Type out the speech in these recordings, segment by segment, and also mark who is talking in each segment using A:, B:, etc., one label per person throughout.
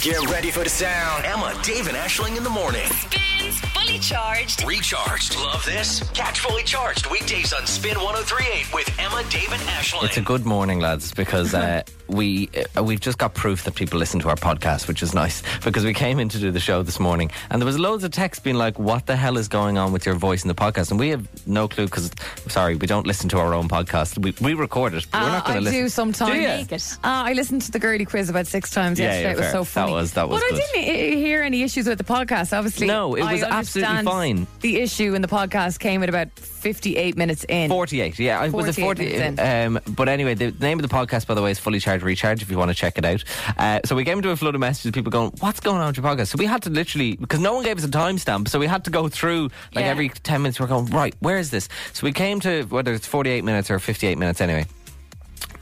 A: Get ready for the sound. Emma, Dave, and Ashling in the morning.
B: Spins Fully Charged.
A: Recharged. Love this? Catch fully charged weekdays on Spin 1038 with Emma, Dave, and Ashling.
C: It's a good morning, lads, because uh, we uh, we've just got proof that people listen to our podcast, which is nice. Because we came in to do the show this morning, and there was loads of text being like, "What the hell is going on with your voice in the podcast?" And we have no clue because, sorry, we don't listen to our own podcast. We, we record it. But we're not
D: Uh,
C: going
D: I
C: to listen.
D: do sometimes.
C: Do you?
D: Make it. Uh, I listened to the girly quiz about six times
C: Yeah,
D: yesterday.
C: yeah,
D: it was
C: fair.
D: so
C: That
D: funny.
C: was- that was
D: But
C: good.
D: I didn't he- hear any issues with the podcast. Obviously,
C: No, it
D: I
C: was absolutely
D: understand
C: fine.
D: The issue in the podcast came at about fifty-eight minutes in.
C: 48, yeah. I was it
D: 48 minutes
C: 48? Um, but anyway, the name of the podcast, by the way, is Fully Charged Recharge if you want to check it out. Uh, so we came into a flood of messages, people going, What's going on with your podcast? So we had to literally, because no one gave us a timestamp, so we had to go through like
D: Yeah.
C: every 10 minutes, we're going, Right, where is this? So we came to whether it's 48 minutes or 58 minutes anyway.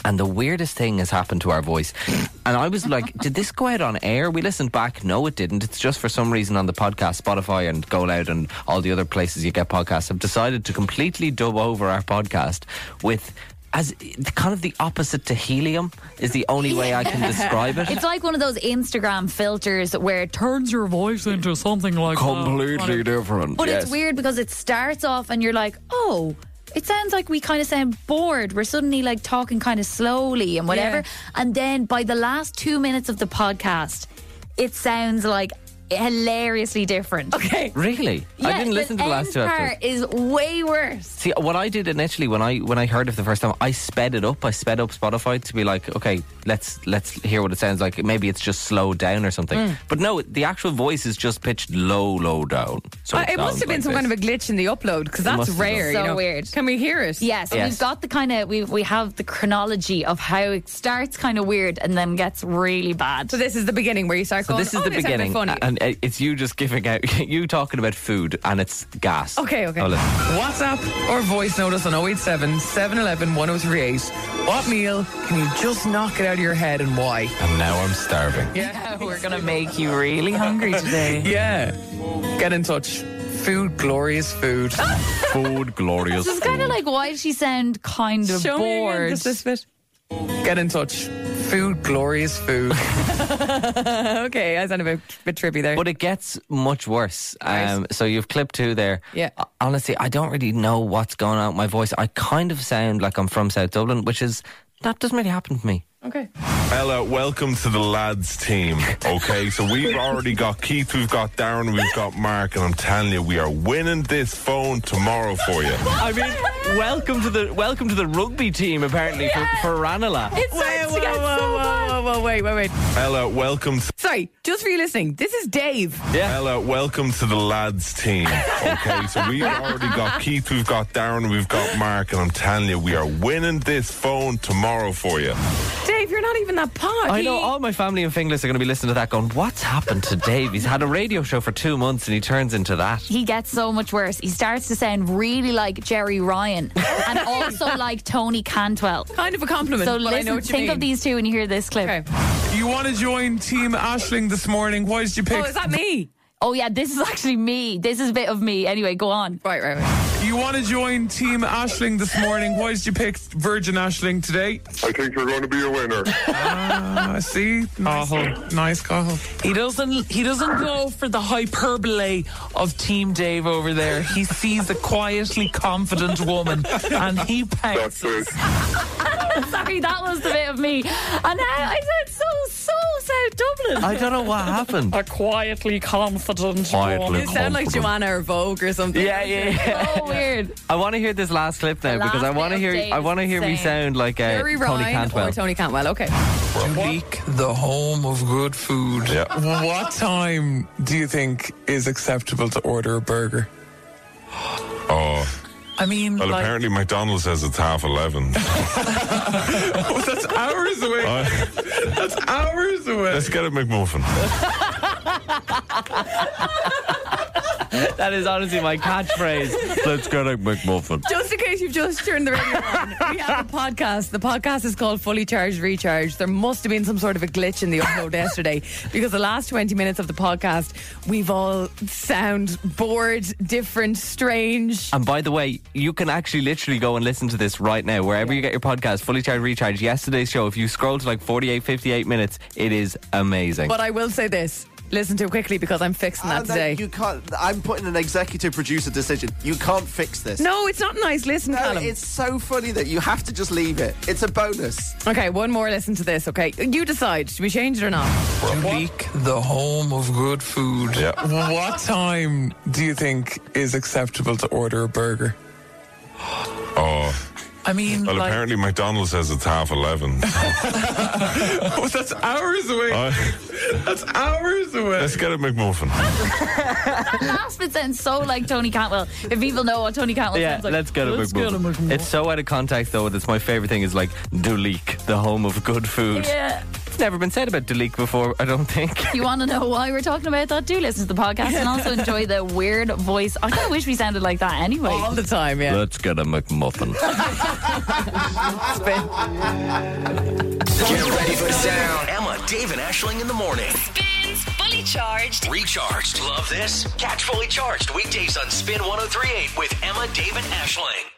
C: And the weirdest thing has happened to our voice. And I was like, did this go out on air? We listened back. No, it didn't. It's just for some reason on the podcast, Spotify and Go Loud and all the other places you get podcasts have decided to completely dub over our podcast with as kind of the opposite to helium is the only way I can describe it.
B: It's like one of those Instagram filters where it turns your voice into something like that.
C: different.
B: Oh, But it's weird because it starts off and you're like, oh, it sounds like we kind of sound bored. We're suddenly like talking kind of slowly and whatever.
D: Yeah.
B: And then by the last two minutes of the podcast, it sounds like hilariously different.
D: Okay.
C: Really? I
B: Yeah,
C: didn't listen to the last two
B: end
C: episodes.
B: part is way worse.
C: See, what I did initially when I when I heard it the first time, I sped it up. I sped up Spotify to be like, okay, let's let's hear what it sounds like. Maybe it's just slowed down or something.
D: Hmm.
C: But no, the actual voice is just pitched low, low down. So
D: Uh, it must have been some kind of a glitch in the upload because
C: must
D: that's
C: have
D: rare.
B: done.
D: you
B: So
D: know.
B: weird.
D: Can we hear it?
B: Yeah, so
C: Yes.
B: we've got the kind of we we have the chronology of how it starts kind of weird and then gets really bad.
D: So this is the beginning where you start.
C: So
D: going,
C: this is
D: "Oh,
C: the
D: they sound a bit
C: beginning,
D: Funny.
C: and uh, it's you just giving out, you talking about food, and it's gas.
D: Okay, okay.
C: Oh, listen.
E: WhatsApp or voice notice on 087 711 1038. What meal can you just knock it out of your head and why?
C: And now I'm starving.
E: We're going to make you really hungry today. yeah. Get in touch. Food, glorious food.
C: Food, glorious.
B: This is kind of
C: food.
B: like why does she sound kind of
D: Show me again,
B: bored?
D: just this bit.
E: Get in touch. Food, glorious food.
D: Okay, I sound a bit, bit trippy there.
C: But it gets much worse. Um, so you've clipped two there.
D: Yeah.
C: Uh, Honestly, I don't really know what's going on with my voice. I kind of sound like I'm from South Dublin, which is that doesn't really happen to me.
D: okay.
F: Ella, welcome to the lads team. Okay, so we've already got Keith, we've got Darren, we've got Mark, and I'm telling you, we are winning this phone tomorrow for you.
C: I mean, welcome to the welcome to the rugby team. Apparently for, for Ranelagh.
D: It starts to get so bad. wait, wait, wait.
F: Ella, welcome. To,
D: Sorry, just for you listening, this is Dave.
F: Ella, welcome to the lads team. Okay, so we've already got Keith, we've got Darren, we've got Mark, and I'm telling you, we are winning this phone tomorrow for you.
D: Dave, you're not even that pod.
C: I know all my family and Finglas are going to be listening to that, going, "What's happened to Dave? He's had a radio show for two months, and he turns into that."
B: he gets so much worse. He starts to sound really like Jerry Ryan and also like Tony Cantwell.
D: Kind of a compliment.
B: So
D: but I know
B: listen,
D: what you
B: think
D: mean.
B: of these two when you hear this clip.
D: Okay.
G: You want to join Team Ashling this morning? Why did you pick?
D: Oh, is that me?
B: Oh yeah, this is actually me. This is a bit of me. Anyway, go on.
D: Right, right, right.
G: you want to join Team Ashling this morning? Why did you pick Virgin Ashling today?
H: I think you're going to be a winner.
G: I see. Nice, nice call.
I: He doesn't. He doesn't go for the hyperbole of Team Dave over there. He sees a quietly confident woman, and he
H: That's
I: pounces.
H: it.
B: Sorry, that was the bit of me. And I, I sound so so South Dublin.
C: I don't know what happened.
I: A quietly confident
C: Quietly.
D: You sound like Joanna or Vogue or something.
C: Yeah, yeah, yeah.
B: so weird.
C: I want to hear this last clip now
B: The
C: because I
B: last
C: want to
B: bit of
C: hear. I
B: Dave's
C: want to hear me
B: saying-
C: sound like uh,
D: Jerry
C: Tony
D: Ryan
C: Cantwell.
D: or Tony Cantwell. Okay.
G: Unique, the home of good food.
F: Yeah.
G: What time do you think is acceptable to order a burger?
F: Oh,
I: I mean,
F: well,
I: like,
F: apparently McDonald's says it's half 11.
G: Oh, that's hours away.
F: Uh,
G: That's hours away.
F: let's get a McMuffin.
C: that is honestly my catchphrase. Let's get a McMuffin.
D: Just in case you've just turned the radio on, we have a podcast. The podcast is called Fully Charged Recharge. There must have been some sort of a glitch in the upload yesterday because the last 20 minutes of the podcast, we've all sound bored, different, strange.
C: And by the way, you can actually literally go and listen to this right now, wherever you get your podcast, Fully Charged Recharge. Yesterday's show, if you scroll to like 48, 58 minutes, it is amazing.
D: But I will say this listen to it quickly because I'm fixing that
H: And then
D: today.
H: You can't. I'm putting an executive producer decision. You can't fix this.
D: no, it's not nice. Listen,
H: No,
D: Callum.
H: it's so funny that you have to just leave it. It's a bonus.
D: Okay, one more listen to this, okay? You decide. Should we change it or not?
G: Unique, the home of good food.
F: Yeah.
G: What time do you think is acceptable to order a burger?
F: Oh,
I: I mean,
F: well,
I: like,
F: apparently McDonald's says it's half 11.
G: Oh, that's hours away.
F: Uh,
G: that's hours away.
F: let's get a McMuffin.
B: Last bit sounds so like Tony Cantwell. If people know what Tony Cantwell
C: yeah,
B: sounds like,
C: let's get a McMuffin. It's so out of context, though, that's my favorite thing is like Duleek, the home of good food.
B: Yeah.
C: It's never been said about Duleek before, I don't think.
B: If you want to know why we're talking about that, do listen to the podcast and also enjoy the weird voice. I kind of wish we sounded like that anyway.
D: All the time, yeah.
C: Let's get a McMuffin.
A: Get ready for sound. Emma, Dave, and Ashling in the morning.
J: Spins Fully Charged.
A: oh Recharged. Love this? Catch fully charged weekdays on Spin 1038 with Emma, Dave, and Ashling.